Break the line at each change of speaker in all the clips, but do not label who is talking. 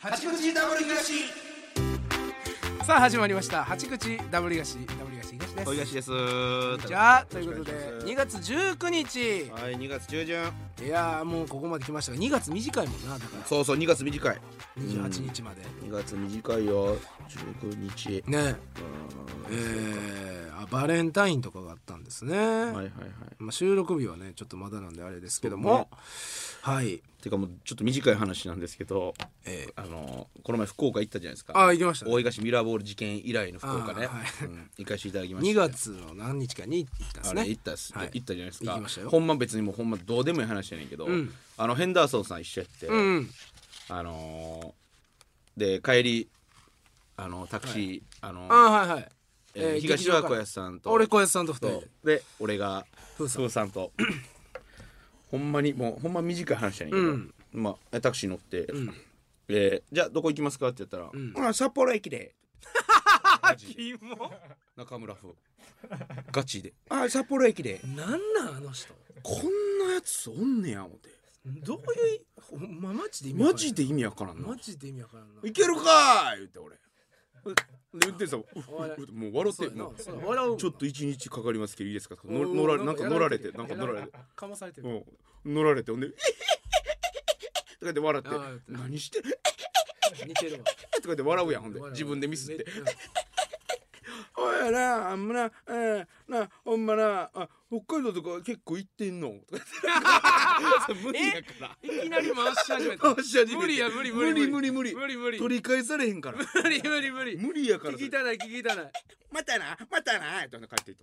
八口ダブル東
さあ始まりました八口ダブル東ダブル東東です
お東です
じゃあということで
よろしくお願
2
いし
月19日
ますはい2月中旬
いやーもうここまで来ましたが2月短いもんなだから
そうそう2月短い
28日まで
2月短いよ19日
ね
う
え
ん
ー、あバレンタインとかがあったんですね、
はいはいはい
まあ、収録日はねちょっとまだなんであれですけど
そう
も
ね、
はい
てかもうちょっと短い話なんですけど
えー
あのこの前福岡行ったじゃないですか
あ行きましたね
大井川ミラーボール事件以来の福岡
あーはい
ね、うん行かせていただきまし
2
た
月の何日かに行ったんです
あれ
ね
行ったっす、
はい
行ったじゃないです
行
か
きましたよ
ほんま別にもうほんまどうでもいい話やねんけど、
うん
あのヘンダーソンさん一緒やって、
うんうん
あのーで帰りあのタクシー、あの
あーはいはい、
えー東は小安さんと
俺小安さんと2人
と
で
で俺が
ふうさん
ふうさん とほんまにもうほんま短い話やねんけど、
うん
まあえタクシー乗って、えーじゃあどこ行きますか?」って言ったら「
ん
ほら札幌駅 で」マジで
キモ
中村風ガチで「あー札幌駅で
なんなんあの人
こんなやつおんねや」思って
どういうほんまマジで意味わから
マ
ん
ジで意味わからんな
マジで意味わからんな
「いけるか!」言って俺で運転手さんもう
おい
ふふもう笑っ
そ
て
うやな
もう
そうやな笑う
ちょっと一日かかりますけどいいですかとか
お
の
ー
乗らなんか
や
乗られてなんか乗られて
かまされてる
うん、乗られてほんで「と か言って笑って
あー
「何して る?」
似てるわ
とか言って笑うやんほんで自分でミスって「おいなあんまなえーなほんまなあ北海道とか結構行ってんの?」と か言って 無理やから
いきなり回し始めた
回し始めて
無理や無理無理
無理無理無
無理無理
取り返されへんから
無理無理無理
無理やから
聞きたない聞きたない
またなまたなって帰ってい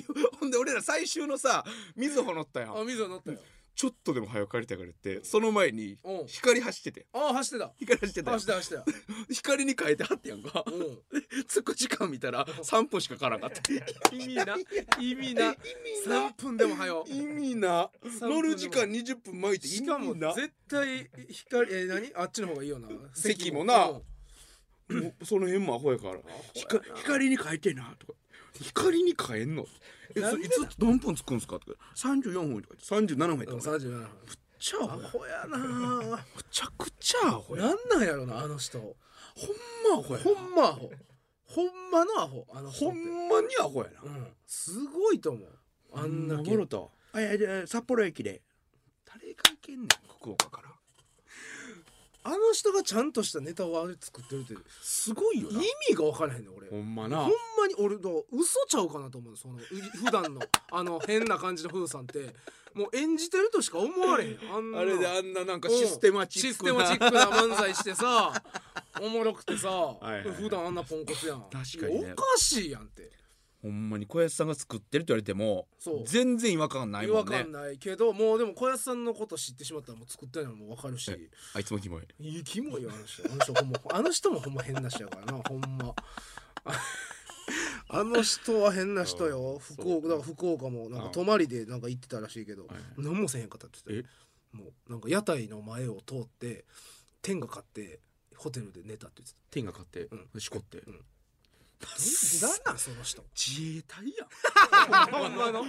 った ほんで俺ら最終のさ水穂乗ったやん
あ水を乗ったよ
ちょっとでも早く帰りたいからってその前に
うん
光走ってて
あ走ってた
光走ってたやん
走ってた走って
光に変えてはってやんか
たうん
着く時間見 たら3分しかからなかった
意味な意味な三分でも早う
意味な
三分でも
乗る時間20分巻いて意
し
味
かも
な
絶対光え何あっちの方がいいよな
席もな
うん
もうその辺もアホやから光光に変えてなとか光に変えんのえ
なん
そ
で
いつ何分着くんすかとか34分とか言って37分
う
と
ん
か
37分
ちゃア
ア
ホや
ホやなぁ
むちゃくちゃアホや
なんなんやろなあの人
ほんまアホや
ほんまアホほんまのアホあの人
ほ
って
んまにアホやな
うんすごいと思うあんだけ
ほま笑ったわあいやいや札幌駅で誰が行けんねん福岡から
あの人がちゃんとしたネタをあれ作ってるって
すごいよ
意味が分からへんねん俺ほ
ほ
ん
んまな
まに俺だ嘘ちゃうかなと思うそのう普段のあの変な感じの風さんってもう演じてるとしか思われへんあんな
あれであんななんかシステマチックな、
システマチックな漫才して さおもろくてさ
いはいはい
普段あんなポンコツやん
確かにね
おかしいやんって
ほんまに小安さんが作ってるって言われても
そう
全然違和感ない
違
も
和
んね
感ないけどもうでも小安さんのこと知ってしまったらもう作ってないのも分かるし
えあいつもキモい
いやキモいよあの人あの人ほんまあの人もほんま変な人やからなほん まああの人は変な人よ
そう
福岡だから福岡もなんか泊まりでなんか行ってたらしいけど
はいはい
何もせへんかったって言ってたもうなんか屋台の前を通って天が買ってホテルで寝たって言ってた
天が勝って、
う
しこって、
ん誰なんその人
自衛隊やん
ほんまの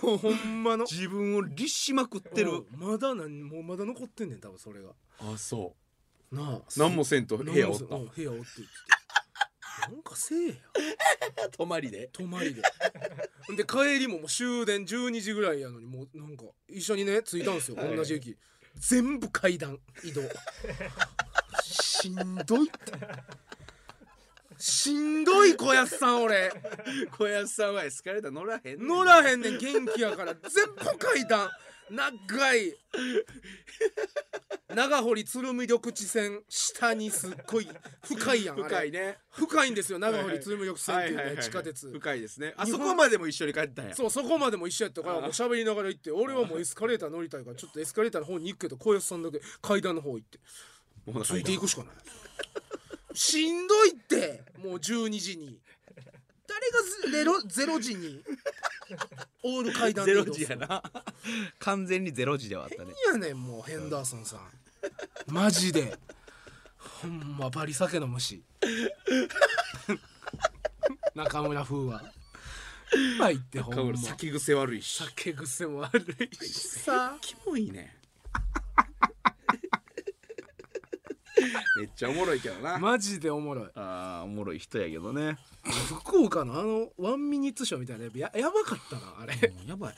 ほん
ほんまの
自分を律しまくってる
うんまだ何もうまだ残ってんねん多分それが
あそ
なあ
う何もせんと部屋おっ
何もせうん部屋おって言ってたなんかせえや
た泊まりで
泊まりで で帰りももう終電12時ぐらいやのにもうなんか一緒にね着いたんですよ
はい
同じ駅全部階段移 動しんどいってしんどい小安さん俺
小安さんはエスカレーター乗らへん
乗らへんねん元気やから全部階段長い長堀鶴見緑地線下にすっごい深いやんあれ
深いね
深いんですよ長堀鶴見緑地線っ
は
てい
いうはいはい
ね
はい
地下鉄
深いですねあ
日
そ
本
こまでも一緒に帰ったんや
そうそこまでも一緒やったから
ああ
もう喋りながら行って俺はもうエスカレーター乗りたいからちょっとエスカレーターの方に行くけど小安さんだけ階段の方行って
もう
ついていくしかないしんどいってもう12時に誰がゼロゼロ時にオール階段
ゼ
で移
ロ
動す
時
る
やな完全にゼロ時ではあったね
何やねんもうヘンダーソンさんマジでほんまバリ酒の虫 中村風は入ってほんま
酒癖悪いし
酒癖も悪いしさ
キモいねめっちゃおもろいけどな、
マジでおもろい
あーおもろい人やけどね
福岡のあのワンミニッツショーみたいなやつややばかったなあれ
やばい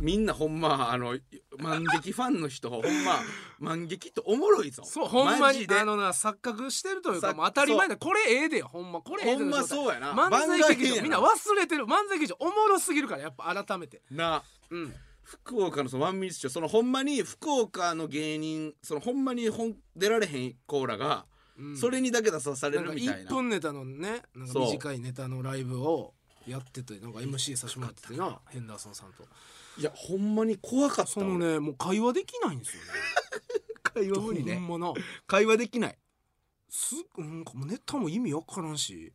みんなほんまあの万劇ファンの人ほんま万劇とおもろいぞ
そうほんま
マ
に
ジで
あのな錯覚してるというか
さ
もう当たり前だこれええでよほんまこれええ
ほ
で
ん
の
ま
状態
そうやな
漫
番
才
外編
劇
や
場
な
みんな忘れてる漫才劇場おもろすぎるからやっぱ改めて
な
うん
福岡のそのワンミニッショーそのほんまに福岡の芸人そのほんまにほん出られへんコーラが、
うん
それにだけ出さされ
なん
る
か
みたい
1
な
分ネタのねなんか短いネタのライブをやっててなんか MC させてもらっててなヘンダーソンさんと
いやほんまに怖かった
そのねもう会話できないんですよね
会
ほんまな
会話できない
すなんかもうネタも意味わからんし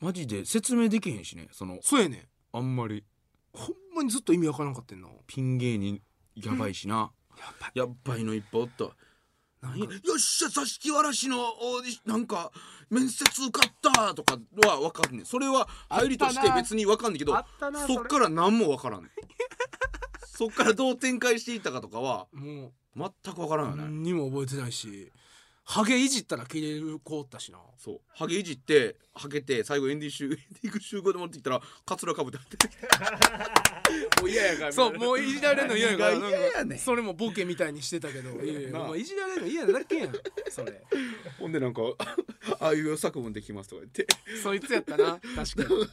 マジで説明できへんしねその
そうやねん
あんまり
ほんまにずっと意味わからんかってんな
ピン芸人やばいしな、
やばい
やっばいの一歩おった
なん
いよ
か
っしゃ座敷わらしのオーディションなんか面接受かったとかは分かんねんそれは入りとして別に分かんねんけど
あったなあったな
そっから何も分からんねんそっからどう展開していったかとかは
もう
全く分からんよね、
何にも覚えてないしハゲいじったら切れる子おったしな
そうハゲいじってハゲて最後エンディング集エンディング集合で持ってきたらカツラか ぶって入ってもう嫌やから
そうもういじられるの嫌やから
何が嫌やねん
なんかそれもボケみたいにしてたけ どいやいや
なあ
お前いじられるの嫌なだけやんそ れ
ほんでなんかああいう作文できますとか言って
そいつやったな確かに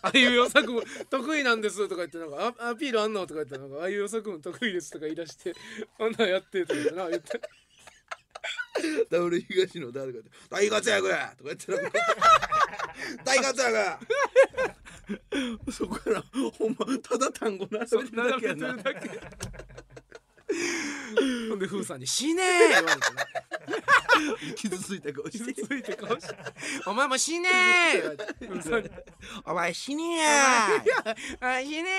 ああいう予測も得意なんですとか言ってなんかあアピールあんのとか言ってなんかああいう予測も得意ですとか言い出してあんなんやってとか言ってな言って
ダブル東の誰かで「大活躍や!」とか言ってなんか大活躍や!」 そこからほんまただ単語並べてるだけやな
並べてるだけほんでフーさんに「死ねえ!」言わ れてな
傷ついた顔して
ついて顔して「お前も死ねえ!」言われてフーさんに
「お前死
「
ね
あ死ね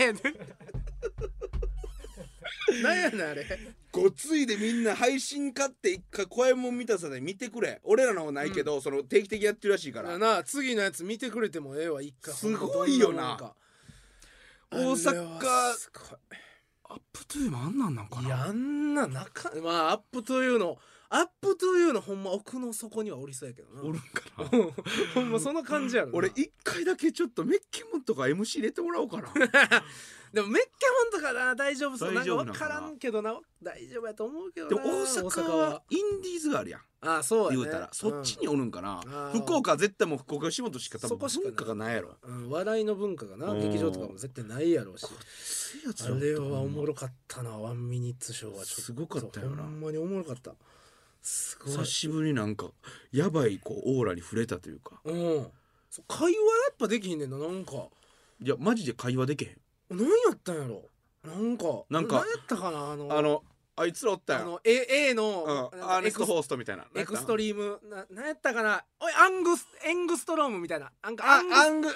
え よお前!」
なんやねんあれごついでみんな配信買って一回声も見たさで見てくれ俺らのはないけど、その定期的にやってるらしいか
だから
ら
な次のやつ見てくれてもええわ一回
すごいよな
大阪
す
アップトゥーもあんなんなん
かない
やあんななかまあアップトゥーのアップトゥーのほんま奥の底にはおりそうやけどな
ごいおるんかな
ほんまその感じやろな
俺一回だけちょっとメッキモンとか MC 入れてもらおうかな
でもメッケモンとかな大丈夫そう
大丈夫
なん
な
か
の
分か
かな
らんけどな大丈夫やと思うけど
で
な
も大阪はインディーズがあるやん
ああそうや、ね、
言うたらそっちにおるんか
あ
な
ー
福岡は絶対もう福岡吉本しか多
そこ
分
しかない
文化がないやろ
うん、うん笑いの文化がな
うん
劇場とかも絶対ないやろうし
そういうやつ
あ
ら
れはおもろかったなワンミニッツショーはちょっと
すごかったよな
ほんまにおもろかったすごい
久しぶりになんかやばいこうオーラに触れたというか
うんそう会話やっぱできひんねんななんか
いやマジで会話できへん
何やったんやろなんか
なんか
何やったかなあの
あのあいつらおった
あ
やん
の A, A
う
の、
ん、
な
ア
んか
ーネ
エ
ス
ク
ト・
ス
ホーストみたいな
エクスト
リ
リームな何やったかなおいアングスエングストロームみたいななんかア
あ
ング
アングう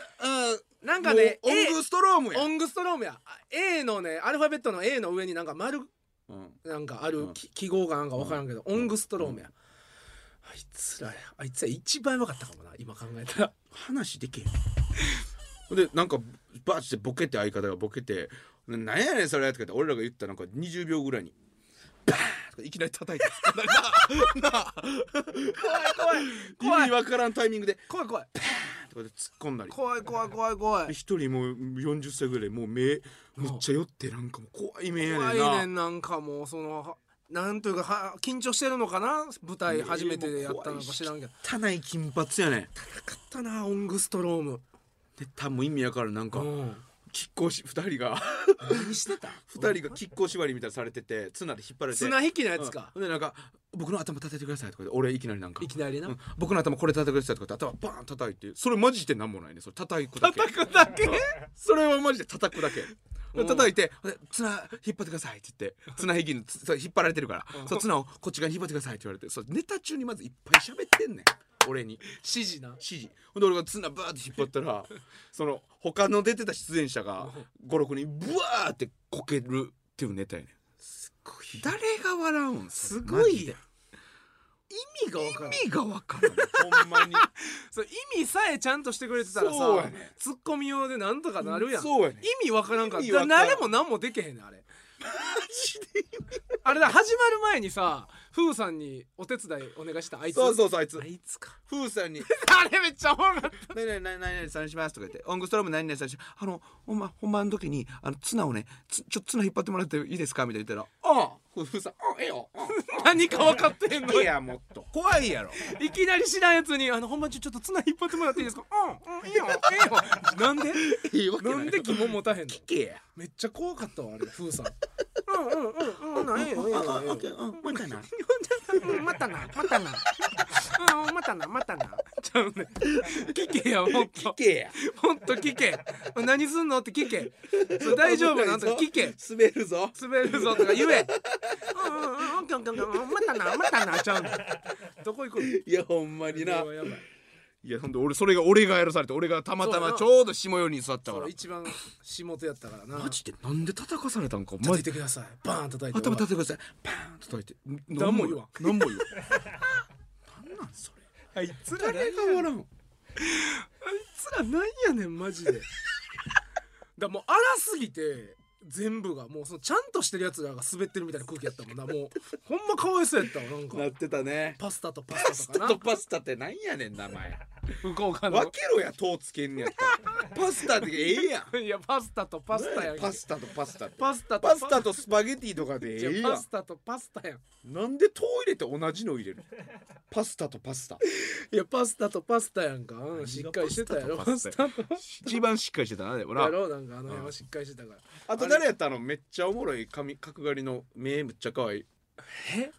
なん
ん
かね
もう
A-
オングストロームや
オングストロームやあ A のねアルファベットの A の上になんか丸
うん
なんかあ
う
る
ん
き記号がなんか分からんけど、
うん
オングストロームや、あいつらやあいつら一番分かったかもな今考えたら
話できへんほんでなんかバーってボケて相方がボケて「なんやねんそれ」とか言って俺らが言ったなんか20秒ぐらいにバーンとかいきなり叩いてなんか
怖い怖い
意味わからんタイミングで
怖い怖い
とかで突っ込んだり
怖い怖い怖い怖い
一人もう40歳ぐらいもう目めっちゃ酔ってなんかもう怖い目やねんな
怖いねんなんかもうそのはなんというかは緊張してるのかな舞台初めてやったのか知らんけど
汚い金髪やねん
高かったなオングストローム
で多分意味やからんなんか
うん
拮抗し2人が
何して た
二人が拮抗縛りみたいなされてて綱で引っ張られて
綱引きのやつか、
うんほんでなんか僕の頭叩いてくださいとかで俺いきなりなんか
いきなりな、
うん僕の頭これ叩いてくださいとかって頭バーン叩いてそれマジで何もないねそれ叩くだけ
叩くだけ
それはマジで叩くだけ
うん
叩いてで綱引っ張ってくださいって言って綱引きのつそう引っ張られてるから、
うん
そう綱をこっち側に引っ張ってくださいって言われてそうネタ中にまずいっぱい喋ってんねん俺に
指示な
指示ほんで俺が綱バーって引っ張った らその他の出てた出演者が56人ブワーってこけるっていうネタやねん誰が笑うん
す
す
ご
ご
い
い
や
や
ん意味が分からん
意味がわからん ほんまに
そう意味さえちゃんとしてくれてたらさ、
そうやね
ツッコミ用でなんとかなるやん、
そうやねん
意味わからんから
意味わからん
誰も何もでけへんねんあれマジであれだ始まる前にさふうさんにお手伝いお願いしたあいつ
そうそうそうあいつ
あいつか
ふうさんに
あれめっちゃおもろかった
何々何々さんしますとか言って、オングストローム何々さんし、あの、ほんま、本番の時に、あの、ツナをね、つちょっとツナ引っ張ってもらっていいですかみたいな言ったら、ああ、ふふさん、あええよ。
何か分かってんの
いや、もっと。怖いやろ。
いきなり知らんやつに「あの本番中ちょっと綱引っ張ってもらっていいですか?」「うんうんいいよええよ」なん で
いいわけない。
なんで疑問持たへんの
聞けや。
めっちゃ怖かったわあれふうさんうんうんうんうんなんやよええ
ああ、
よ
オッケー、うん、またな。
うんまたなまたなうんまたなまたなちゃうね聞けやもっと
け や。
ほんと聞け何すんのって聞けそれ大丈夫なんとか聞け
滑るぞ。
滑るぞとか言えうんうんうんうんうんうんうんまたなまたなちゃうねどこ行くの
いや、ほんまにな
こ。れはやばい
いや、ほんで、俺、それが、俺がやらされて、俺がたまたまちょうど下寄りに座ったか
そ
ら
う。一番下手やったからな
マジで、なんで叩かされたんか、マ
叩い
ジで。
てくださいバーン叩いて
頭叩いてください。パーンと叩いて。
何も言わん
何も言わん。なんなん、それ。
あいつら
誰が笑うん。
あいつらなんやねんマジで だもう荒すぎて全部がもうそのちゃんとしてるやつらが滑ってるみたいな空気やったもんなもうほんまかわいそうやったわなんか
なってたね。
パスタとパスタとか
パスタ
な
とパスタってなんやねん名前
向こうか
分けろやとうつけんねやったらパスタってええやん
いやパスタとパスタやん
パスタとパスタって
パスタと
パスタとスパゲティとかで
いや
ええや
パ
ん
スタとパスタやん
なんでとう入れて同じの入れるパスタとパスタ
いやパスタとパスタやんか、うん、しっかりしてたやろパ
パ
ス
ス
タ
タ
と
一番しっかりしてたなでも
や
な
ろなんかあの辺はしっかりしてたから
あと誰やったのめっちゃおもろい髪角刈りの目むっちゃ可愛い
え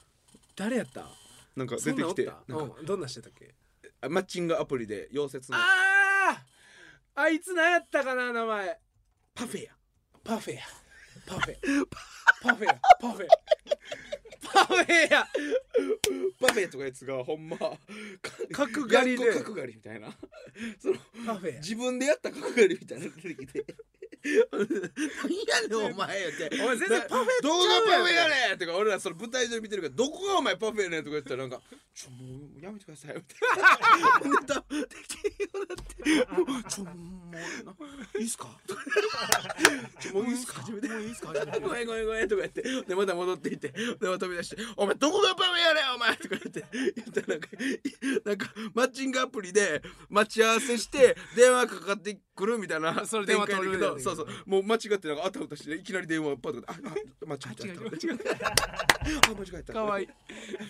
誰やった
なんか出てきて
そんなん
な
お
ん
っ
か
たうんどんなんしてたっけ
あマッチングアプリで溶接の
あああいつ何やったかな名前パフェやパフェやパフェパフェやパフェパフェや
パフェとかやつがほんま
角刈りで
やっこ角刈りみたいなその
パフェや
自分でやった角刈りみたいなの出て きて「何やねんお前」って
お前全然パフェ
どこがパフェやねん!」とか俺らその舞台上で見てるから「どこがお前パフェやねん!」とか言ってたらなんか「ちょもうやめてください」み たいなでたできるようになって「もうちょもうもういいっすか?」ち ょもういいっすか?」もういいっすか?」ごめんごめんごめん」 とか言ってでまた戻っていってでまた飛び出して「お前どこがパフェやねんお前!」とか言って言ったらなんか なんかマッチングアプリで待ち合わせして電話かかってくるみたい な
それ電話
展開だけ
取る
ど
やつ
そうそうもう間違ってなんかあたふたしていきなり電話パッとかってああ間違えた間違えたあ間違えた
かわ いいか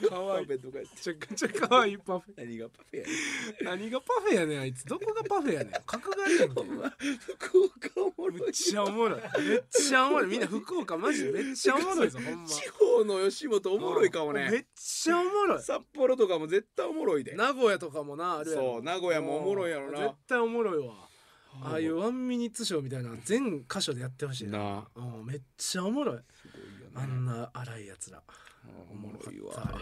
パ
わいい
フェとか言って
めちゃくちゃかわいいパフ
何がパフェやねん
ェ何がパフェやねんあいつどこがパフェやねん角刈りやんけ
福岡おもろい
めっちゃおもろいめっちゃおもろいみんな福岡マジでめっちゃおもろいぞほんま
地方の吉本おもろいかも
め
ね
っちゃおもろい
札幌とかも絶対おもろいで
名古屋とかもなあるやろ
そう名古屋もおもろいやろ
絶
な
対おもろいわああいうワンミニッツショーみたいなの全箇所でやってほしいな
な
うんめっちゃおもろい
すごいよ
あ
なん
な荒いやつら
おもろい
さあ
わ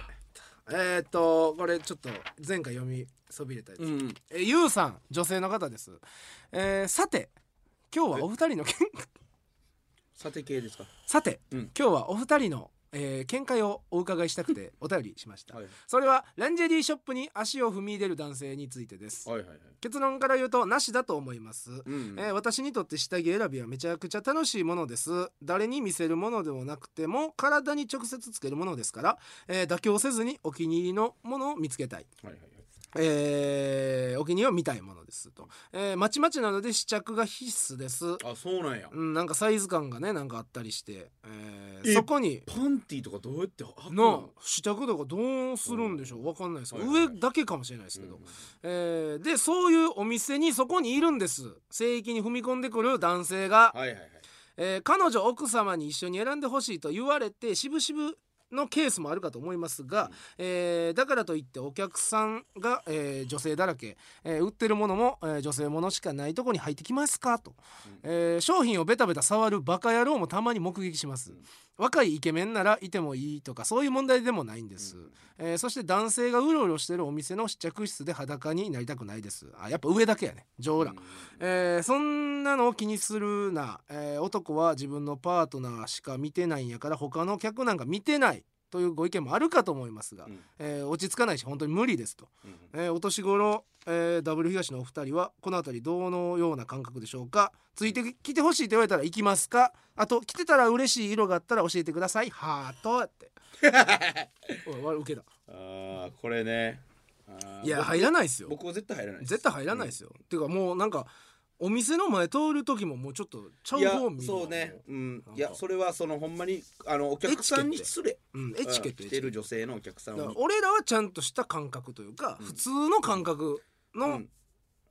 あれえっ、ー、とこれちょっと前回読みそびれたやつ、
うん
えゆうさん女性の方です、えーさて今日はお二人の見
さて系ですか
さて、
うん
今日はお二人の、えー見解をお伺いしたくてお便りしました、
はい
それはランジェリーショップに足を踏み入れる男性についてです
はいはいはい
結論から言うとなしだと思います、
うん
えー私にとって下着選びはめちゃくちゃ楽しいものです誰に見せるものでもなくても体に直接つけるものですから、えー妥協せずにお気に入りのものを見つけたい、
はいはいはい
えーお気に入りを見たいものですと、えーまちまちなので試着が必須です、
あそうなんや
うん、なんかサイズ感がねなんかあったりして、えー
え
そこに
パンティーとかどうやって履く
の
の
試着とかどうするんでしょうわかんないですけど、
はいはいはい
上だけかもしれないですけど、
うん
えーでそういうお店にそこにいるんです聖域に踏み込んでくる男性が、
はいはいはい
えー彼女奥様に一緒に選んでほしいと言われて渋々のケースもあるかと思いますが、えーだからといってお客さんが、えー女性だらけ、えー売ってるものも、えー女性ものしかないとこに入ってきますかと、えー商品をベタベタ触るバカ野郎もたまに目撃します、若いイケメンならいてもいいとかそういう問題でもないんです、えーそして男性がうろうろしてるお店の試着室で裸になりたくないですあやっぱ上だけやね上裸、えーそんなのを気にするな、えー男は自分のパートナーしか見てないんやから他の客なんか見てないというご意見もあるかと思いますが、
うん
えー落ち着かないし本当に無理ですと、
うん
えーお年頃、えーダブル東のお二人はこの辺りどのような感覚でしょうかついてき てほしいと言われたら行きますかあと来てたら嬉しい色があったら教えてくださいハートっておいわ受けた
ああこれねあー
いや入らないですよ
僕は絶対入らないです
絶対入らないですよ、ていうかもうなんかお店の前通る時ももうちょっとちゃう
いや
方見るわ
そうね
も
うん
なんか
いやそれはそのほんまにあのお客さんに失礼
ううんエチケットエ
うん来て
チケ
る
ット
女性のお客さん
だから
に
俺らはちゃんとした感覚というか、
うん
普通の感覚
う
の
ん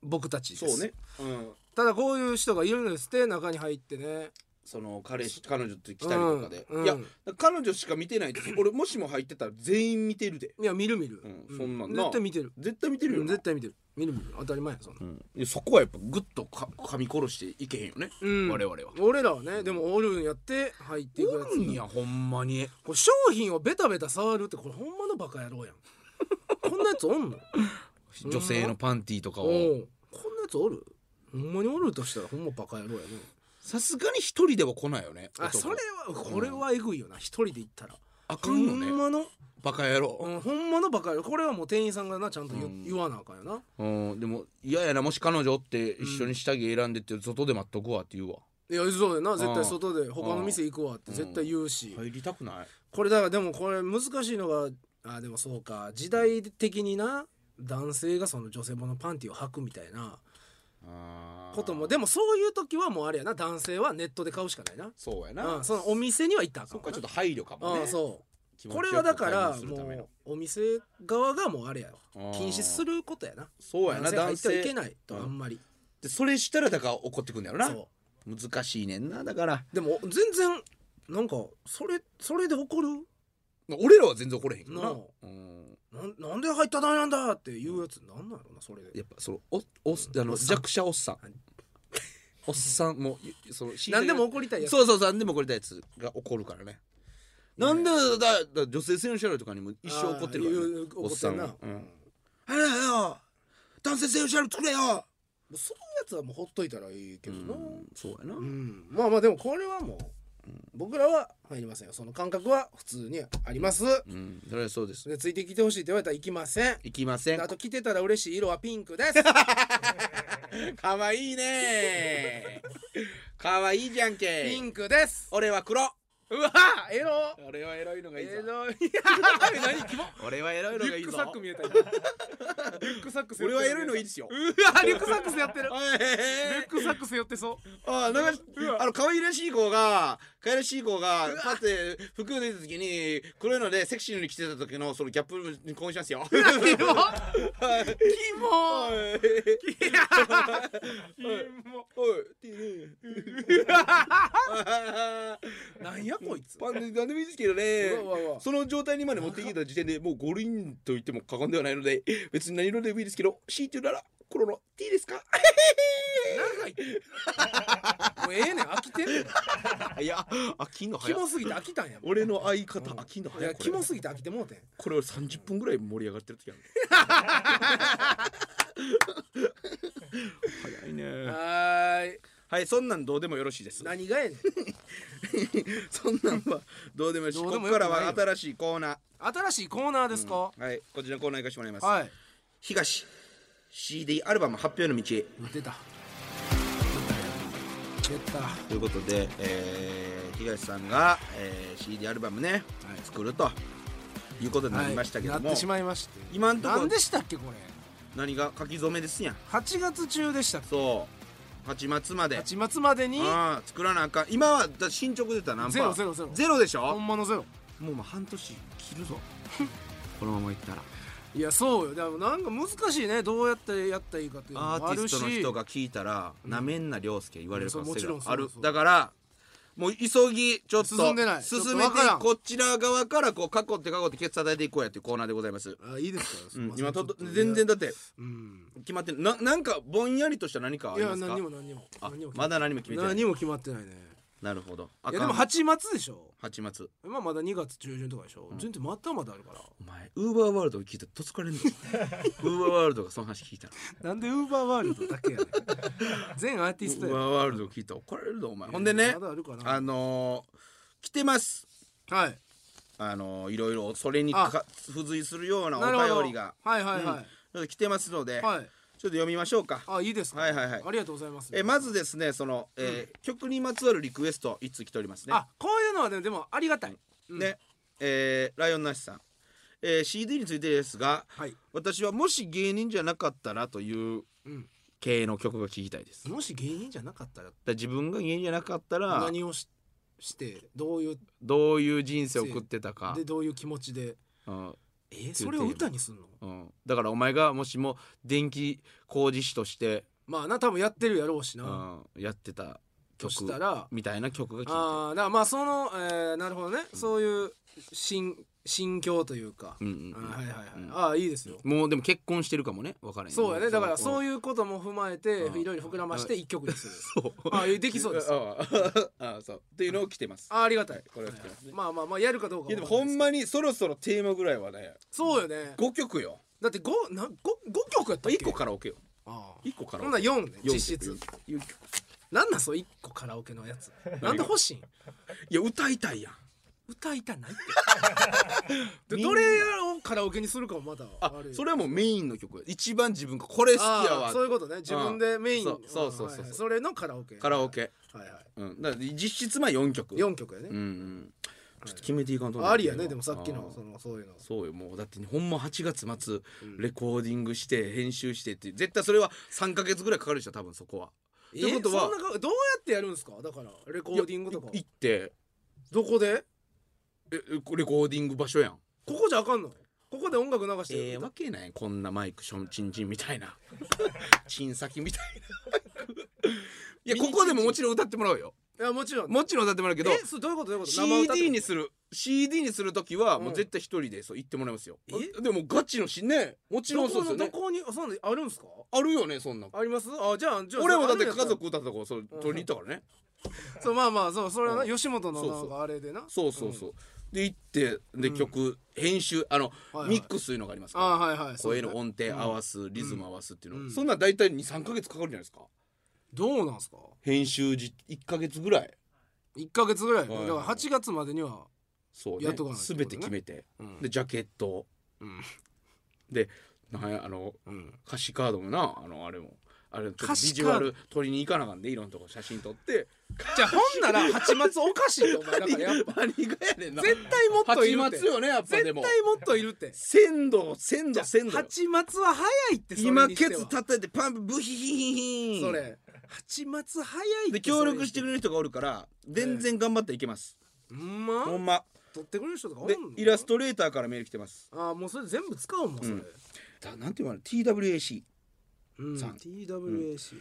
僕たちです、
そうねうん
ただこういう人がいるんですって中に入ってね
その彼氏彼女って来たりとかで
うんうん
いや彼女しか見てない と俺もしも入ってたら全員見てるで
いや見る見る、
うんそんなんな
絶対見てる
絶対見てるよ
うん
な
絶対見てる見る見る当たり前やそんな
うんいやそこはやっぱグッとか噛み殺していけへんよね
うん
我々は
俺らはねでもおるんやって入っていくやつ
おるんやほんまに
これ商品をベタベタ触るってこれほんまのバカ野郎やんこんなやつおんのん
女性のパンティーとか
お
を
うこんなやつおるほんまにおるとしたらほんまバカ野郎やね
さすがに一人では来ないよね
あ
男
それはこれはえぐいよな一人で行ったら
あか
ほ
んよね
んまの
バカ野郎
うんほんまのバカ野郎これはもう店員さんがなちゃんと言,、
うん
言わなあかんよな
うんでも嫌やなもし彼女おって一緒に下着選んでって外で待っとくわって言うわ
いやそうやな絶
うん
対外で他の店行くわって絶対言うし、
入りたくない
これだからでもこれ難しいのがあでもそうか時代的にな男性がその女性ものパンティを履くみたいなこともで
も
もそういう時はもうあれやな男性はネットで買うしかないな
そうや
う、
なん
そのお店には行ったらあか
そ
ん
っ
わな
かちょっと配慮かも
う
ね
んそ
気
う
持ち
これ
よく
はだから
買い物するための
もうお店側がもうあれや
あ
ろ
ー
禁止することやな
そうやな
男
男
性入ってはいけ
性
ないとあんまり、
でそれしたらだから怒ってくんだよな
そ
難しいねんなだから
うでも全然なんかそれそれで怒る
俺らは全然怒れへんけどな
なあ
うん
なんなんで入ったらダメなんだっていうやつなんなんやろなそれで
やっぱそのおおあ
お
の
っさん
弱者おっさん
はい
おっさんもうその
何でも怒りたいやつ
そうそうそう何でも怒りたいやつが怒るからねなんで
ね
だだだ女性専用車両とかにも一生怒ってる
あ
から、ね、
ー言う怒ってんな
おっさんは
う
うん
も
あれだよ男性専用車両作れよ
うそういうやつはもうほっといたらいいけ
う
どな、
んそうやな、
うん、まあまあでもこれはもう、僕らは入りませんよその感覚は普通にあります、
うん、それはそうです
でついてきてほしいって言われたら行きません
行きません
あと着てたら嬉しい色はピンクです
かわいいね かわいいじゃんけ
ピンクです
俺は黒
うわエロ
俺はエロいのがいいぞ
エ ロいや何キモ
俺はエロいのがいいぞ
見えた今リュックサック背負ってる
俺はエロいのいいですよ
うわリュックサックスやってるリュックサックス寄ってそ
あなんか
うわ
あの可愛らしい子が可愛らしい子が
うわ
パって服を出た時に黒いのでセクシーのに着てた時のそのギャップに興奮しますよ。
うキモキモキモ
おい、てね
なんやこいつ
パンで何でもいいですけどね
うわうわうわ
その状態にまで持ってきた時点でもう五輪と言っても過言ではないので別に何色でもいいですけど C って言うなら黒の T ですか
長いってもうええねん飽きてる
いや飽きんの
キモすぎて飽きたんやもん
俺の相方
うん
飽きんの
い
早
や
いこ
キ
れ
モすぎて飽きてもうてん
これ俺30分ぐらい盛り上がってる時ある早いね
はーい
はいそんなんどうでもよろしいです
何 がやねん
そんなんはどうでもよろし
ど
い
うで
こ
も
こ
よく
か
ない
ら
よ
は新しいコーナ
新しいコーナーですか、
ーはいこちらのコーナー行かせてもらいます
はい
東 CD アルバム発表の道へ
出た出た
ということで、えー東さんが、えー CD アルバムね、
はい
作るということになりましたけど
はい
も、
なってしまいまして
今んとこ
何でしたっけこれ
何が書き初めですやん
8月中でしたっ
そう8月ま
け
で
8月までに
ああ作らなあかん今はだ進捗出たら何パ
ゼロ
ー
ゼロゼロ
ゼロでし
ほ
ょ
んまのゼロ
もうまあ半年切 るぞこのままいったら
いやそうよでもなんか難しいねどうやってやったらいいかっていうの
ア
も
ー
あ
ティ
る
ス
し
トの人が聞いたらなめんな涼介言われる可能性
うん
が
そう
あ
もちろんそう
る
そう
だからもう急ぎちょっと
進んでない
進
ちょっと
め
わ
て
からん
こちら側からこう囲って囲ってケツ叩いていこうやっていうコーナーでございます
あいいですか、
う
すい
ん
ません
今
ち
と
ょっと
全然だって
うん
決まってななんかぼんやりとした何か
い
あり
や
ます
何
か
にも何にも
あ
何にも決ま
ま
って
だ何も決めてない
何も決まってないね
なるほど
いやでも8月でしょ
8月
まあまだ2月中旬とかでしょ、全然まだまだある から
お前ウーバーワールド聞いたらとつ かれんのウーバーワールドがその話聞いたら
なんでウーバーワールドだけやねん 全アーティ
ウ
ス
ー
ト
バー
や
ワールド聞いたら怒られるぞお前ほんでね
まだあるかな
あのー、来てます
はい
あのー、いろいろそれにか付随するようなお便りが
はいはいは
うん来てますの
い
で、
はい
ちょっと読みましょうか
あいいですか
はいはいはい
ありがとうございます
えまずですねその、えー曲にまつわるリクエストいつ来ておりますね
あこういうのはねでもありがたい、うん
ねえーライオンなしさん、えー CD についてですが
はい、
私はもし芸人じゃなかったらという
うん、
系の曲が聴きたいですだか
もし芸人じゃなかったら
ら自分が芸人じゃなかったら
何をししてどういう
どういう人生を送ってたか
で、どういう気持ちで
うん
えーそれを歌にすんの
うん、だからお前がもしも電気工事士として、
まあな多分やってるやろうし
う
な、
ん、やってた
と
曲
したら
みたいな曲が聴きたい
ああだからまあその、えーなるほどね、そういう心心境というか、
うんう
あ
んうん
ーはいはいはい、
うん
ああいいですよ、
もうでも結婚してるかもね分からへん
そうやねだからそう
いう
いうことも踏まえて
うん
いろいろ膨らまして一曲にする
そう
あーできそうです
ああああそうっていうのを着てます
あーありがたい、
はいこれは来てますね
まあまあまあやるかどうか
いやでも
わ
ほ
かんない
ん
す
まにそろそろテーマぐらいはね
そうよね
5曲よ
だって五な五五曲やったっけ
1個カラオケよ
ああ
1個カラ
ほ
オ
ん
ケ
なら四ね
四曲
実質
四曲
なんなんそう一個カラオケのや つなんで欲しいん
いや歌いたいやん
歌いたないって
み ん
で
な
どれをカラオケにするかもまだ
あ
れ
それはもうメインの曲や一番自分がこれ好きや
あ
わ
ーそういうことね自分でメイン
そうそうそうそう
はいはいそれのカラオケ
カラオケ
はいはい
うんだから実質まあ4曲
四曲や
うんう
ね
んちょっと決めていかんとな
ありやねでもさっき
あ
の
ー
そのそういうの
そうよもうだってほんま8月末
うん
レコーディングして編集してって絶対それは3か月ぐらいかかるでしょ多分そこは。
え
ってことは
そんなかどうやってやるんですかだからレコーディングとか
い行って
どこで
ええレコーディング場所やん。
ここじゃあかんのここで音楽流してる
ええわけないこんなマイクションチンチンみたい なチン先みたいな。いやここでももちろん歌ってもらうよ。
いやもちろん
もちろん歌ってもらうけど
えそうどういうことどういうこと生歌ってこと
CD にする CD にする時はもう絶対一人でそう行ってもらいますよ。
え
でもガチのしねもちろ
ど
んそ
こ
うです
の
よ
ど
ね。
こにそんなあるんですか
あるよねそんな。
ありますあじゃあじゃあ
俺もだって
あるんや
家
たら
族歌ったとこそれ取りに行ったからね。
そうまあまあそうそれはな
うん
吉本の
そうそ
な
うん
かあれでな
そうそうそう。で行ってで曲編集あの
はいはい
ミックスというのがあります
あ
から。
あはいはいそう
声
ね
の音程合わす、リズム合わすっていうの、
うん
そんなん大体23か月かかるじゃないですか
どうなんですか
編集時1か月ぐらい
一ヶ月ぐらいだ
はい
から八月までには
そう
や
ね
っとかないと
全
ね
て決めて、
うん
でジャケット
うん
でなんやあの
うん
歌詞カードもなあのあれもあれちょっと
歌
ビ
詞
ジ
カード
ュアル取りに行かなあかんでいろんなとこ写真撮って
じゃあほんなら八月おかしいよお前だ からやっぱ
何がやねんな
絶対もっといるっ
八
て
月よねやっぱで
絶対
も
もっといるって
鮮度鮮度鮮度よ
八松は早いってそれ
今
にして
ケ
は
ツ叩いてパンプブヒヒヒヒン
それ八松早いって
で協力してく
る
れる人がおるから全然頑張っていけます、
うんま
ほんま
取ってくれる人とかおん
で
の
イラストレーターからメール来てます
ああもうそれ全部使おうもんそれ
うんだなんていうの TWAC
うん
さん
TWAC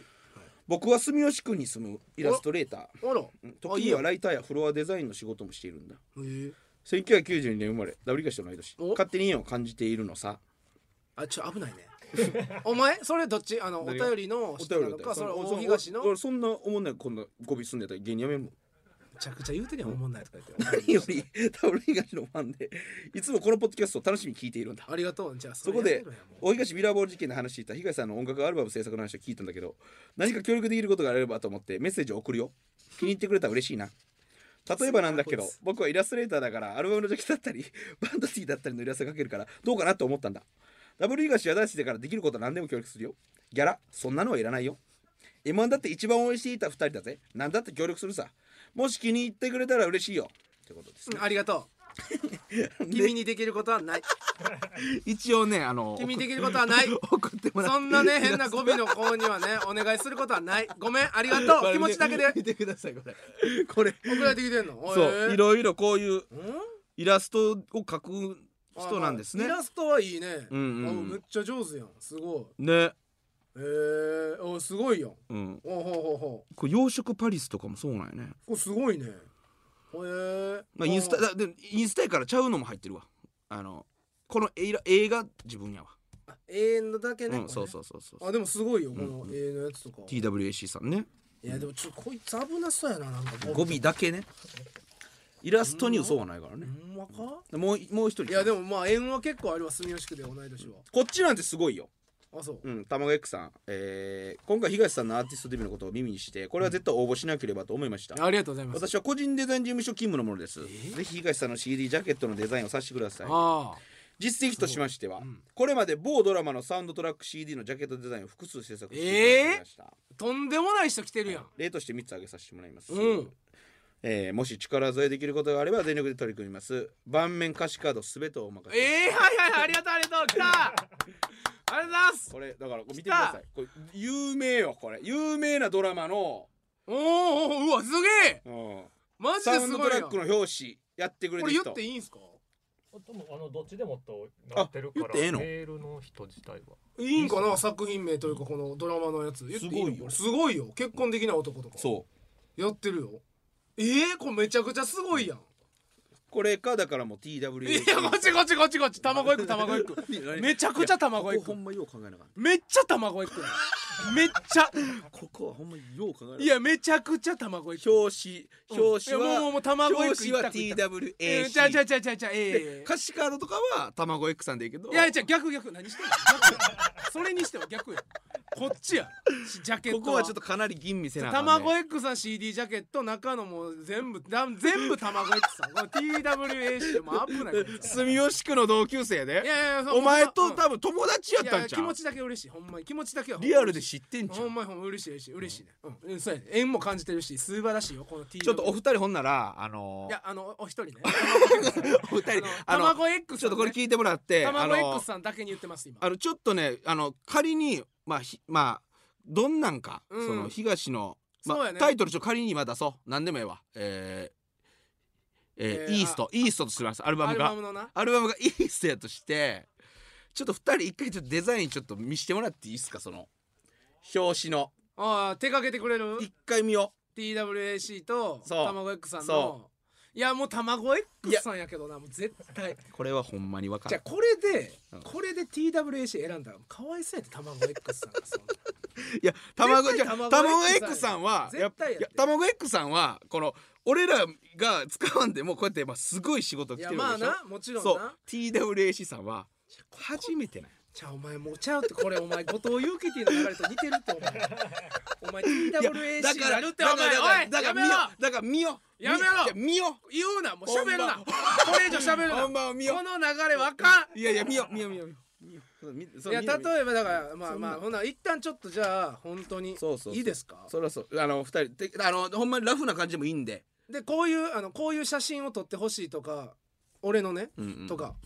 僕は住吉区に住むイラストレーター
あら
うん
あ
時
いい
には
よ
ライターやフロアデザインの仕事もしているんだ
へえ
1992年生まれダブリカシと同い年
お
勝手に縁を感じているのさ
あちょ危ないねお前それどっちあのお
何が
便りの人なの
だよ
かそれ
の
大東の
その
め
そんなおもんないこんな語尾住んでたら芸人やめるもん
ちゃくちゃ言うてるやんおもんないとか言って
何よりダブリ東のファンでいつもこのポッドキャストを楽しみに聞いているんだ
ありがとうじゃあ
そ
そ
こ
れや
で
めろやもう
大東ミラーボール事件で話していた東さんの音楽アルバム制作の話を聞いたんだけど何か協力できることがあればと思ってメッセージを送るよ気に入ってくれたら嬉しいな例えばなんだけど僕はイラストレーターだからアルバムのジャケだったり バンドティーだったりのイラストが描けるからどうかなと思ったんだダブル東は大好きだからできることは何でも協力するよギャラそんなのはいらないよ M1 だって一番応援していた2人だぜ何だって協力するさもし気に入ってくれたら嬉しいよってことですね
うんありがとう君にできることはない
一応ねあの
君にできることはない
送っても
そんなね変な語尾の子にはねお願いすることはないごめんありが とう気持ちだけで
見てくださいこれこれ
送られてきてん のおい
そういろいろこういうんイラストを描く人なんですね
イラストはいいね、
うんうんうん
あめっちゃ上手やんすご
ね
いへえおすごいやん
うん
おほうほうほ
これ養殖パリスとかもそうなんやね
うこれすごいねへえ
まあインスタだでインスタやからちゃうのも入ってるわあのこの絵ら絵が自分やわ
あ永遠のだけね、
うんそうそううそうそう
あでもすごいよこ
う
の
ん
永遠のやつとか、い
TWAC さんね
やでもちょっとこいつ危なそうやななんか
語尾だけねイラストに嘘はないから
ほ
ね
んまか
もうもう一人
いやでもまあ縁は結構あるわ住吉区で同い年は
こっちなんてすごいよ
あそう、
うん、玉エクさん、えー今回東さんのアーティストデビューのことを耳にしてこれは絶対応募しなければと思いました、
ありがとうございます
私は個人デザイン事務所勤務のものです、
ー
ぜひ東さんの CD ジャケットのデザインをさせてください
ああ
実績としましては、
うん
これまで某ドラマのサウンドトラック CD のジャケットデザインを複数制作していただきました、
とんでもない人来てるやん
例として3つ挙げさせてもらいます、
うん
えーもし力添えできることがあれば全力で取り組みます盤面歌詞カードすべてをお任せします
ええはいはいはいありがとうありがとう来 たありがとうございます
これだからこれ見てくださいこれ有名よこれ有名なドラマの、
おーおーうわすげえ
うん、
マジ
サ
で
ウ
す
ンド
ごい
トラ
やん
ックの表紙やってくれ
こ
て
れ言
る人
っていいんすか
でもあのどっちでもとなってるか
あ言ってええ
ら
の
メールの人自体はい
いんかな作品名というかこのドラマのやつ言っての
すごいよ
すごいよ結婚できない男とか
そう
やってるよええこれめちゃくちゃすごいやん
これかだからもう TW
いやこっちこっちこっちこっち卵いく卵いくめちゃくちゃ卵いく
ここほんまよう考えなあかっ
めっちゃ卵いくめっちゃ
ここはほんまよう考えなあかん
いやめちゃくちゃ卵いく
表紙表紙
いやもうもうもう卵
は表
一
紙
択
は
一択
TWAC
えー、ちゃうちゃうちゃうちゃうちゃうええ
で歌詞カードとかは卵 X さんでいいけど
いやいや逆逆何してんの逆やそれにしては逆やこっちやしジャケット
ここはちょっとかなり吟味せなあかんね
卵 X さん CD ジャケット中のもう全部だ全部卵 X さんこれ TWAC でもう危ないからさ
住吉区の同級生
い
で
やいやそう
お前
ほん
と
ま
多分友達やっ
いやい
たん
や
ち
気
ゃう
持ちだけ嬉しいほんまに気持ちだけはほんま
リアルで知ってんちゃ
ほ
うん
まにほんま嬉しい嬉しい嬉しいねうん、うん、そうやね縁も感じてるし素晴らしいよこの T
ちょっとお二人ほんならあの
い
ー
やあのお一人ね
お二人あ
あの
の
卵 X
ちょっとこれ聞いてもらってあの
卵 X
ー
さんだけに言ってます今
あのちょっとねあの仮にまあひまあどんなんか、
うん
その東の、
そう
まあ
やね
タイトルちょっと仮に今出そう何でもええわえー
え
えー
ー
イーストイーストとしますアル
ア
バム
ル
が
バムのな
アルバムがイーストやとしてちょっと二人一回ちょっとデザインちょっと見してもらっていいですかその表紙の
ああ手掛けてくれる
一回見よ
TWAC と
そう
卵 X さんの
そ
いやもう卵
い
X
や
さんやけどなもう絶対
うこれはほんまにわか
じゃ
る
あこれで
うん
これで TWAC 選んだらかわいそうやって卵 X さんがそ んない
や卵
絶
じゃ
対卵
あ卵
X
X
さ
さ
ん
ん
や
はやっ
絶対やって
いや卵 X さんはこの俺らが使わんでもこうやってまあすごい仕事
い
来て
や
るでしょ
まあなもちろん
そう
な
TWAC さんは初めてなんや
ちゃうお前もうちゃうってこれお前後藤祐樹っていう流れと似てるってお前お前 TWAC になるってお前おい
だ
や
か
め
ら
ろ
だから見よ
やめろ
い見よ
言うなもう喋るな
ほんま
これ以上喋るな
ほんまは見よ
この流れわかん
いやいや見よ見よ見よ見よ
いや例
え
えばだからまあ
そん
ま
な
あほな一旦ちょっとじゃあ本当に
そうそうそう
いいですか
そらそうあの二人てあのほんまにラフな感じでもいいんで
でこういうあのこういう写真を撮ってほしいとか俺のね、
うんうん
とか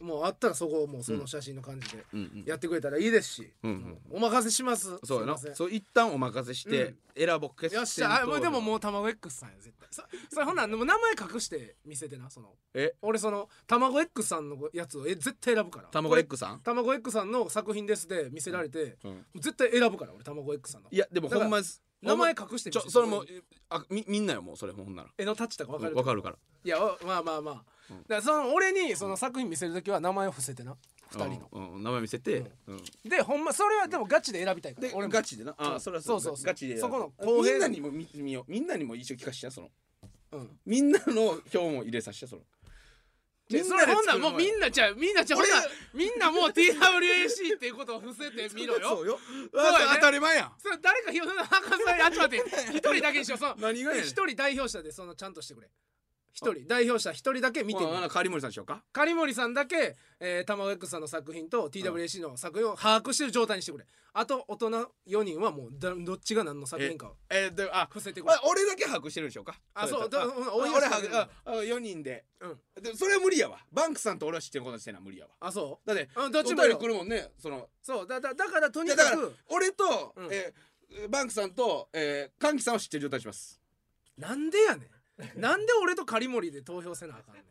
もうあったらそこをもうその写真の感じで
うんうん
やってくれたらいいですし、
うんうん
お任せします
そうやな
すいません
そう一旦お任せして選ぼ決
よっしゃあもうでももう卵 X さんや絶対そそれほんなんでも名前隠して見せてなその
え
俺その卵 X さんのやつをえ絶対選ぶから
卵 X さん
卵 X さんの作品ですで見せられて、
うん
もう絶対選ぶから俺卵 X さんの
いやでもほんま
名前隠して
ち
み
ょ
せて
それもあみみんなよもうそれほんなら
絵のタッチとか分かる
わかるから
いやおまあまあまあ、だからその俺にその作品見せる時は名前を伏せてな二人の、
うんうん名前見せてうん
でほんまそれはでもガチで選びたいから
で
俺も
ガチでなあ
うん
ーそれは
そうそうそう
ガチで
そこの公
公
平
平みんなにも見見ようみんなにも一緒聞かしてやその
うん
みんなの票も入れさせてその
じゃあそれほんならもうみん
な
なじゃあみんなじゃあほん
俺
ならみんなもう TWAC っていうことを伏せてみろよ
そうよ
やね
あ当たり前やん
それ誰かひょ博士あち ょっと待って一人だけにしようその
何がやねん
一人代表者でそのちゃんとしてくれ一人代表者一人だけ見てみ
まあ
る
狩森さんでしようか
狩森さんだけ、えー、玉クさんの作品と TWAC の作品を把握してる状態にしてくれあと大人4人はもうだどっちが何の作品かを
えーであ
伏せてくれ
あ俺だけ把握してるんでしょうか
あそう
れ
だ
あ
ほな
あ
おい
俺
が
把握ああ四人で
うん
でそれは無理やわバンクさんと俺は知ってることしてな無理やわ
あそう
だって
うんどっちも
お
よ
便り来るもんねその
そうだだだからと
い
に
や
か
だから
く
俺と
うん
えーバンクさんとえー歓喜さんは知ってる状態にします
なんでやねんなんで俺と狩森で投票せなあかんねん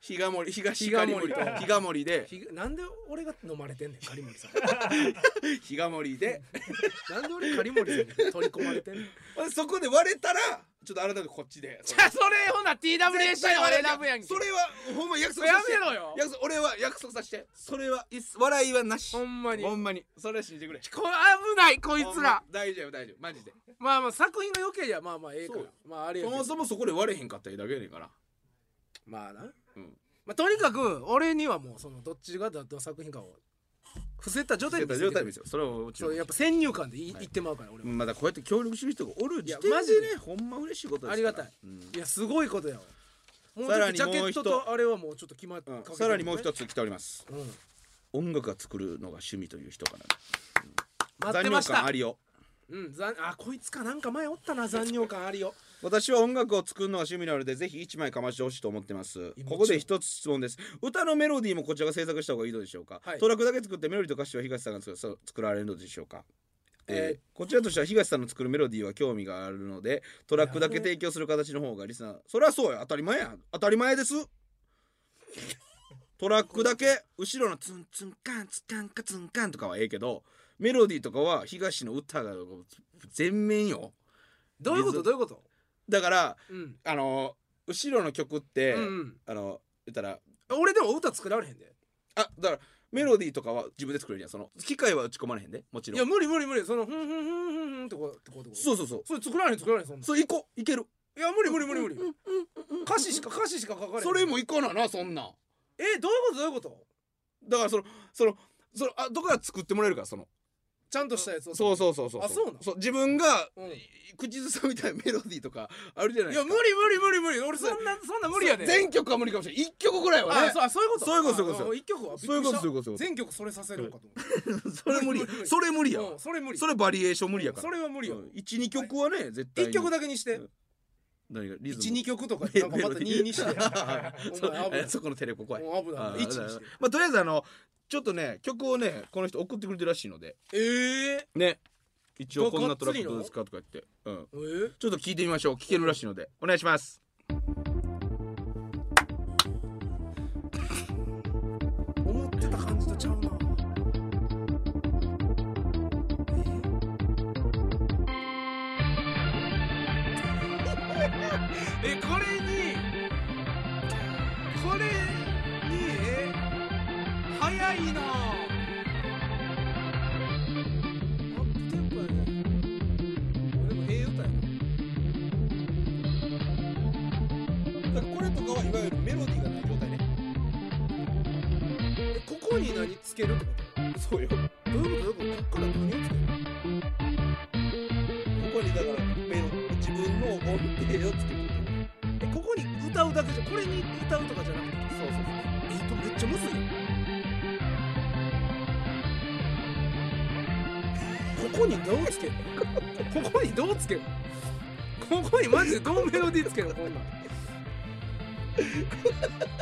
比嘉森東比嘉森と比嘉森で
ひなんで俺が飲まれてんねん狩森さ ん
比嘉森で
なんで俺狩森さんに取り込まれてんねん
そこで割れたらちょっと改めてこっちで
じゃあそれほな TWAC の俺選ぶやんけ
それはほんま約束
や
させて
めろよ
約束俺は約束させてそれはいっす笑いはなし
ほんまに
ほんまにそれは信じてくれ
こ危ないこい
ほ
つ
んま
ら
大丈夫大丈夫マジで
まあまあ作品が良けりゃまあまあええから
そうよ
まああれや
そ
けど
もそもそこで割れへんかったらええだけやねんから
まあな、
うん
まあ、とにかく俺にはもうそのどっちがどの作品かを伏せた状態
状
で見
態
せて
状
くれ
態ですよそれはもちろ
そ
ん
うやっぱ先入観でい、言ってまうから俺は、
まだこうやって協力する人がおる時点で
いやマジで
ねほんま嬉しいことです
ありがたい、
うん
いやすごいことやわもうち
さ
ょっ
ら
と
に
ジャケ
もう
ッ
一
トとあれはもうちょっと決まっ
う
か
ん
けてる
さらにもう一つ来ております
うん
音楽が作るのが趣味という人から
待ってまし
残尿感
た
ありよ
うん残あこいつかなんか前おったな残尿感ありよ
私は音楽を作るのが趣味なのでぜひ一枚かましてほしいと思ってます
い
ここで一つ質問です歌のメロディーもこちらが制作した方がいいのでしょうか、
はい
トラックだけ作ってメロディーと歌詞は東さんが作そう作られるのでしょうかえー
え
こちらとしては東さんの作るメロディーは興味があるのでトラックだけ提供する形の方がリスナーそれはそうや当たり前や当たり前です トラックだけ後ろのツンツンカンツカンカツンカンとかはええけどメロディーとかは東の歌が全面よ
どういうことどういうこと
だから
うん、
あの後ろの曲って、
うんうん
あの言ったら
俺でも歌作られへんで
あだからメロディーとかは自分で作れるやんその機械は打ち込まれへんでもち
い
ろ
や
ん
無理無理無理そのふんふんふんふんふんってこうってこうってこ
そうそうそう
それ作られへん作られへんそんな
それいこういける
いや無理無理無理無理歌詞しか歌詞しか書かれへん
それもいこうななそんなん
えどういうことどういうこと
だからそのそのそのあどこから作ってもらえるからその
ちゃんとしたやつを
そうそうそうそう
あそうなん
そう自分が
うん、い
口ずさみたいなメロディーとかあるじゃないで
や
す
無
か
理無理無理無理俺そんなそんな無理やで
全曲は無理かもしれない一曲ぐらいは
あ
ね
そうあそういうこと
そういうことそういうこと
あも一曲は
そういうこと
びっくりした
そういうことそういうこと
全曲それさせるんかと思っ
それ無理
無理無理
それ無理や
てうんそれ無理
それバリエーション無理やから
それは無理よ
一二曲はね絶対
一
に
曲だけにして
うん何がリズム
一二曲とかなんかまた二にして
そう
お前危ない
えそこのテレコ怖い
もう危ない
あ
一にして
まあとりあえずあのちょっとね曲をねこの人送ってくれてるらしいので
ええ
ね一応こんなトラック
がっつりの
どうですかとか言ってうん
えー
ちょっと聞いてみましょう聞けるらしいのでお願いします
思ってた感じとちゃうな えこれにこれにえ早いなアップテンポやねでもええ歌やな
だからこれとかはいわゆるメロディーがない状態ね
えここに何つけるってこと
そうよこ
どういうことどういうことこっから何をつける
こにだからメロ自分の音程をつけてる
えここに歌うだけじゃこれに歌うとかじゃなくて
そうそうそう
えっとめっちゃむずいここにどうつけんのここにどうつけんのここにマジでどうメロディーつけんのこんな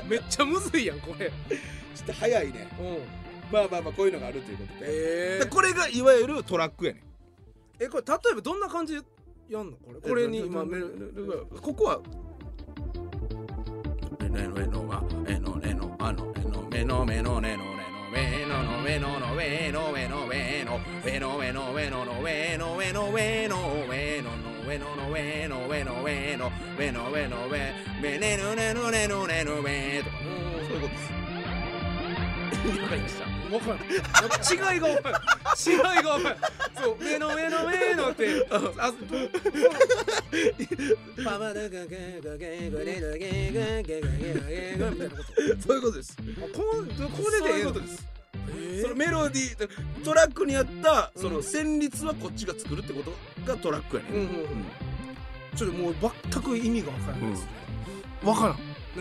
んめっちゃむずいやんこれ
ちょっと早いね
うん
まあまあまあこういうのがあるということで
え
でこれがいわゆるトラックやね
えこれ例えばどんな感じやんのこれこれに今メロ
ここはえのえのはえのえのあのえのめのめのねのねのめののめののめのめのめのめのめのめののめのめのめのめののめののめのめのめのめのめのめめねのねのねのねのめとか
うん
そういうことです。わかりました。
わかんない。やっぱ違いが分かんない。違いが分かんない。そう、目の上の上のって。あ、そう。パパだかけかけかれだけかけかけかけかみたいなこと。
そういうことです。
こんこ
これ
れでええ
でええこ
の
と。です。
え
そのメロディートラックにあった
うん
その旋律はこっちが作るってことがトラックやね、
うんうんうん。ちょっともう全く意味が分からないですね。分から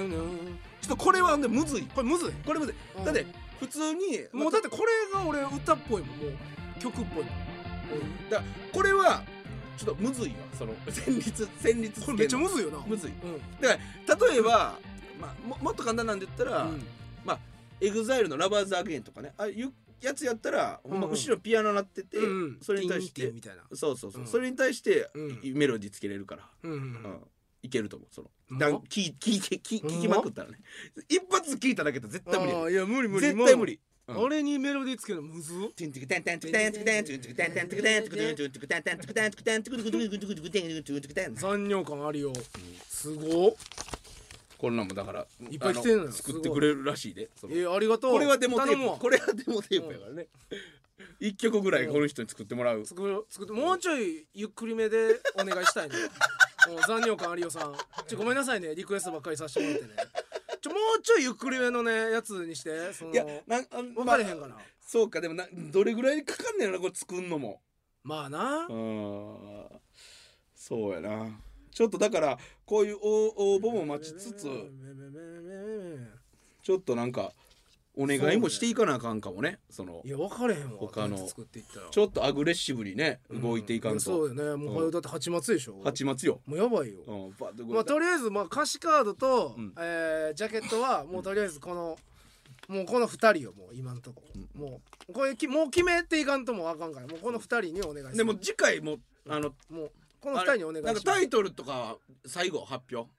ん。なんなん
ちょっとこれはねむずい
これむずい。
これむずい
だ
だっ
ってて
普通に
もう
ま
だってこれが俺歌っぽいもん。もう曲っぽいもん。
あだこれはちょっとむずいわその旋 律旋律つ
こ
けんの
れめっちゃむずいよな。
むずい
うん。
例えば、まあ、ももっと簡単なんで言ったら、
うん
エグザイルの「ラバーズ・アゲイン」とかねああいうやつやったら、ほんま
うんうん
後ろピアノ鳴ってて、
うん
それに対して
ティンティンみたいな。
そうそうそう、
うん
それに対して、
うん
いメロディーつけれるから、
うんうん
う
うんん。
いけると思うその
うん
だん聞聞いて聞聞きまくったらね、一発聞いただけで絶対無理や
あーいや無理無理
絶対無理
今
うん
俺にメロディーつけるのむずっ残尿感あるよすごっ
こんなんもだから
いっぱい来てんのよ
あ作ってくれるらしいでその
えーありがとう
これはデモテ
頼む
ー
わ
プこれはデモテープやからね一曲ぐらいこの人に作ってもらう
作る作ってもうちょいゆっくりめでお願いしたいねもう残尿感あるよさんちょごめんなさいねリクエストばっかりさせてもらってねちょもうちょいゆっくりめのねやつにしてその
いや
分
なんあま
か
あ
れへんかな
そうかでもなどれぐらいかかんねやろなこれ作んのも
まあな
うんそうやなちょっとだからこういう応応募も待ちつつちょっとなんかお願いもしていかなあかんかもねその
いや分かれへんわ
他の
どうやって作っていったら
ちょっとアグレッシブにね動いていかん
そ
と
うよねもう、だって8月でしょ
八松よ、
もうやばいよ、
うん、バッと
ま
動
あ、
いた
とりあえずまあ歌詞カードと、
うん
えージャケットはもうとりあえずこの、もうこの2人よもう今んとこ、もうこれきもう決めていかんともうあかんからもうこの2人にお願いする
でも次回もあの
もうこの2人にお願いし
な
ま
んか
す
タイトルとか最後発表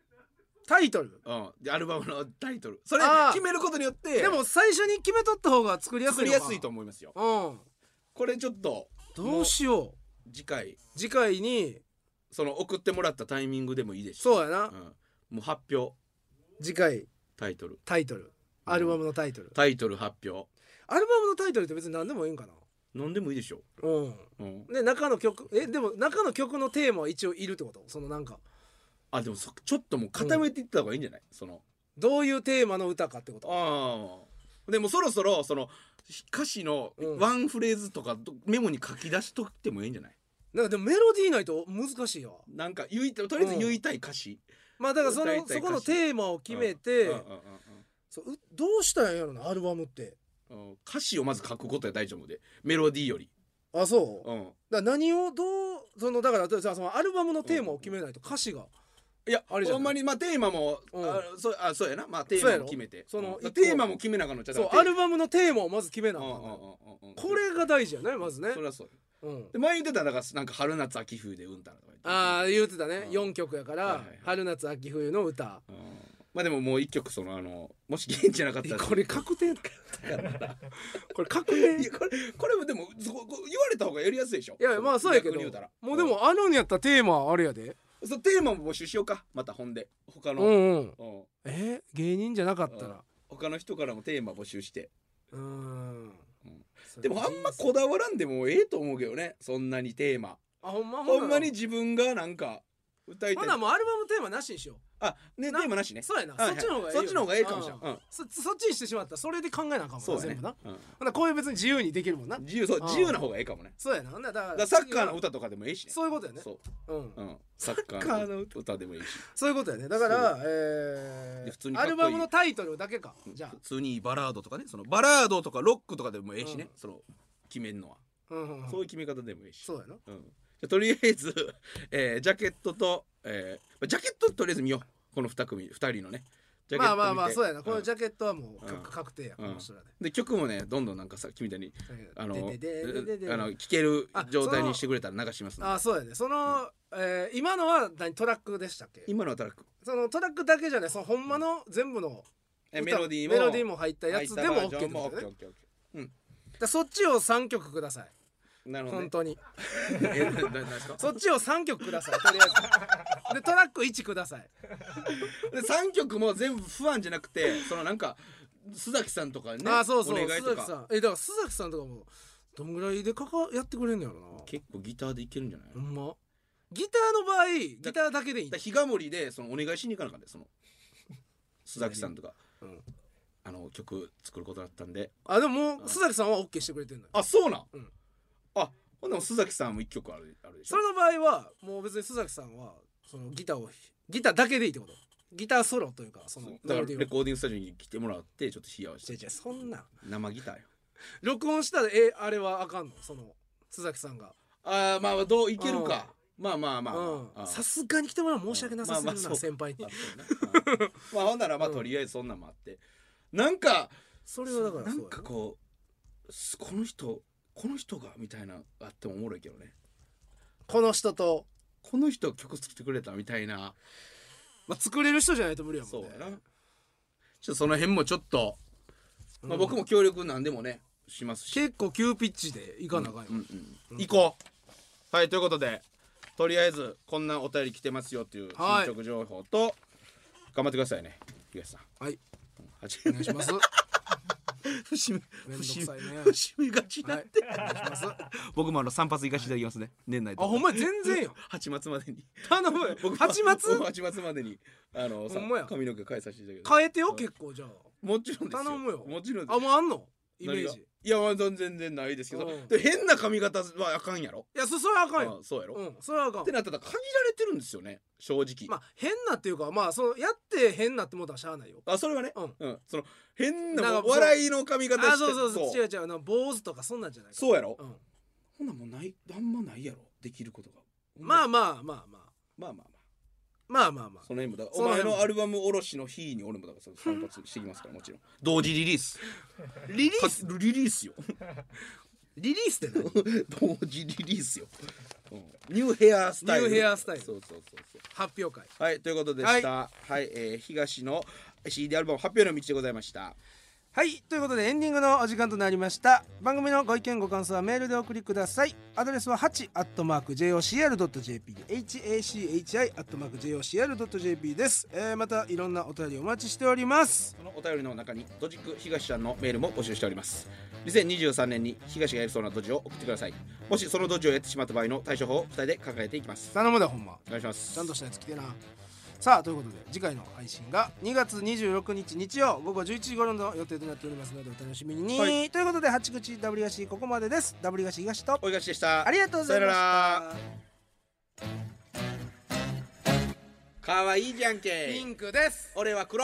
タイトル
うんでアルバムのタイトルそれ
あー
決めることによって
でも最初に決めとった方が作りやす
作
い
り
のか
やすいと思いますよ
うん
これちょっと
どうしよ
次回
う次回に
その送ってもらったタイミングでもいいですし
そうやな、
うん、もう発表
次回
タイトル
タイトルアルバムのタイトル、
タイトル発表
アルバムのタイトルって別に何でもいいんかな
何でもいいでしょ
うん
うん、
で中の曲えでも中の曲のテーマは一応いるってことそのなんか
あでもそちょっともう固めていった方がいいんじゃない、その
どういうテーマの歌かってこと
ああでもそろそろその歌詞の
うん
ワンフレーズとかどメモに書き出しとってもいいんじゃない
なんかでもメロディーないと難しいよ
なんか言いたいとりあえず言いたい歌詞、
まあだからそ
大
の
体
そこのテーマを決めて
うんうん
そううどうしたんやろなアルバムって
うんうんうん歌詞をまず書くことは大丈夫でメロディーより、
あそう
うん、
だから何をどうそのだからじゃあそのアルバムのテーマを決めないと歌詞が
いや
あれじゃな
ほ
い
んまにまあテーマも、
うん
あそうあそうやなまあテ
そうや
ーマ
ろ
も決めて
その
うん
一個
テーマも決めなあかんのちゃ
そう
だから
アルバムのテーマをまず決めなあ
うん
か
うんん
のよ
うんうんうん
これが大事やねまずね
それはそう
うん
で前言ってただからなんか春夏秋冬でうんたらとか言って
ああ言ってたね
うん
4曲やか
はいは
ら
いはい
春夏秋冬の歌
うんまあでももう一曲そのあのもし現地じゃなかったら
これ確定 これ確定
いやこれこれもでもそここう言われた方がやりやすいでしょ
いやまあそうやけど
逆に言たら
もうでもあるんやったらテーマあれやで
うんそうテーマも募集しようかまた本で他
う
の、
んうん
うん
え芸人じゃなかったら
他の人からもテーマ募集して
うん
うんでもあんまこだわらんでもええと思うけどねそんなにテーマ
あほんま
ほんまに
な
自分がなんか歌い
ほ
たい
なもうアルバムテーマなしにしよ
あねテ
な
ーマなしね
うそうやな
は
そっ
い
ちの方が
はい
い
そっちの方がええかもしれ
ん
ない、うん、
そそっちにしてしまったらそれで考えなあかんもんな
そうだ
全
ね
部な
うん
ほなこういう別に自由にできるもんな
自由そう
あー
自由な方がええかもね
そうやなほんなだか
だかららサッカーの歌とかでもええしね
そういうことやね
そう
うん
うん、サッカ
サッカ
ー
ーの
の歌でもいいし
そういうことやねだから
い
え
や普通に
ーア
かっこいい
ルバムのタイトルだけかじゃ
普通にバラードとかねそのバラードとかロックとかでもええしね、
うん
その決めんのは、
あうんうん
そういう決め方でもええし
そうやな
うん、じゃあとりあえず、 えージャケットと、えーまあジャケットとりあえず見ようこの2組二人のねジャケ
ま
ット
あまあまあそうやなこの
の
ジャケットはもうか
うん
確定やこ
うん
の人らで
で曲もねどんどんなんかさ君みたいにあの
でででででで
あの聴ける状態にしてくれたら流しますので
あそうやねそのえー今のは何トラックでしたっけ
今のはトラック
そのトラックだけじゃねそのほんまの全部の
え
歌
メロディーも
メロディーも入ったやつでも
入っ
OK
たバー
で
ジ
す
ョンも
よ
OK
ね
OK OK
だからそっちを3曲ください
なるほど、
本
ね、
当に
えなななんですか
そっちを3曲くださいとりあえずでトラック1ください
で3曲も全部不安じゃなくてそのなんか須崎さんとかね
あそうそう
お願い
須
と
崎さ
か
んえだから須崎さんとかもどんぐらいでかかやってくれんのやろな
結構ギターでいけるんじゃない、
ほんまギターの場合ギターだけでいいん
だ
だ
日が森でそのお願いしに行かなあかんでその須崎さんとか、
うん
あの曲作ることだったんで
あでももう須崎さんは OK してくれてんのよ
あそうなん、
うん
あほんなら須崎さんも1曲あるあるでし
そ
ょ
れの場合はもう別に須崎さんはそのギターをギターだけでいいってことギターソロというかその
だから
メロディ
レ
ーを
コーディングスタジオに来てもらってちょっと冷やわし
じ
て
ゃじゃそんなん
生ギターよ
録音したらえあれはあかんのその須崎さんが
あーまあどういけるかまあまあまあまあ
う
あー
んさすがに来てもらうの申し訳なさすぎる
まあ
な、
まあそう
先輩に
あそうねうんまあほんならまあとりあえずそんなんもあってなんか
それはだから
な
そうんや
か
な
こうすこの人この人がみたいなのあってもおもろいけどね
この人と、
この人曲作ってくれたみたいな
まあ、作れる人じゃないと無理やもん
そう
ね
やなちょっとその辺もちょっと、ま
う
あ、
ん
僕も協力なんでもねしますし、
結構急ピッチでいかなあかんよ、
うんうん、行こうはいということでとりあえずこんなお便り来てますよっていう進
はい
捗情報と、頑張ってくださいね東さん
はい
始
お
め
願いし ます
節目
めんどく
節
さいね
目節目がちなんで、
お願いしますあ
僕もあの散髪行かしていただきますね、年内と
ほんまや全然よ
8月までに
頼む
僕
八 月
僕8月までにあのさ
ほんまや
髪の毛変えさせていただきます
変えてよ結構じゃあ
もちろんですよ
頼むよ
もちろんです
あもうあんのイメージ
何がいやまあ全然ないですけど、
うん
で変な髪型はあかんやろ、
いやそそれはあかんよ
あそうやろ、
う
っ
んそれはあかん
てなったら限られてるんですよね正直、
まあ変なっていうかまあそのやって変なってもうたらしゃあないよ
あそれはね、
うん
うん、その変な
なんか
笑いの髪型して
あそうそうそう
そう
違う違うあの坊主とかそんなんじゃないから
そうやろ、
うん
ほんなもんないあんまないやろできることが
まあまあまあまあ
まあまあま
まあまあま
あ
あ
その辺もだから
そ
お
の
前
辺も
のアルバムおろしの日に俺もだからその散髪してきますからもちろん同時リリース
リリー
か
ス
リリースよ
リリースって何
同時リリースよ、うんニューヘアスタイル
ニューヘアスタイル
そうそうそうそう
発表会
はいということでしたはい、えー東の CD アルバム発表の道でございました
はいということでエンディングのお時間となりました番組のご意見ご感想はメールでお送りくださいアドレスは 8-jocr.jp hachi-jocr.jp です、えー、またいろんなお便りお待ちしております
そのお便りの中にドジック東ちゃんのメールも募集しております2023年に東がやりそうなドジを送ってくださいもしそのドジをやってしまった場合の対処法を2人で考えていきます
頼むでほんま
お願いします
ちゃんとしたやつ来てなさあということで次回の配信が2月26日日曜午後11時頃の予定となっておりますのでお楽しみに、
は
ということで八口ダブリガシここまでですダブリガシ東と
おいがしでした
ありがとうございまし
さよな
た
らかわいいじゃんけ
ピンクです
俺は黒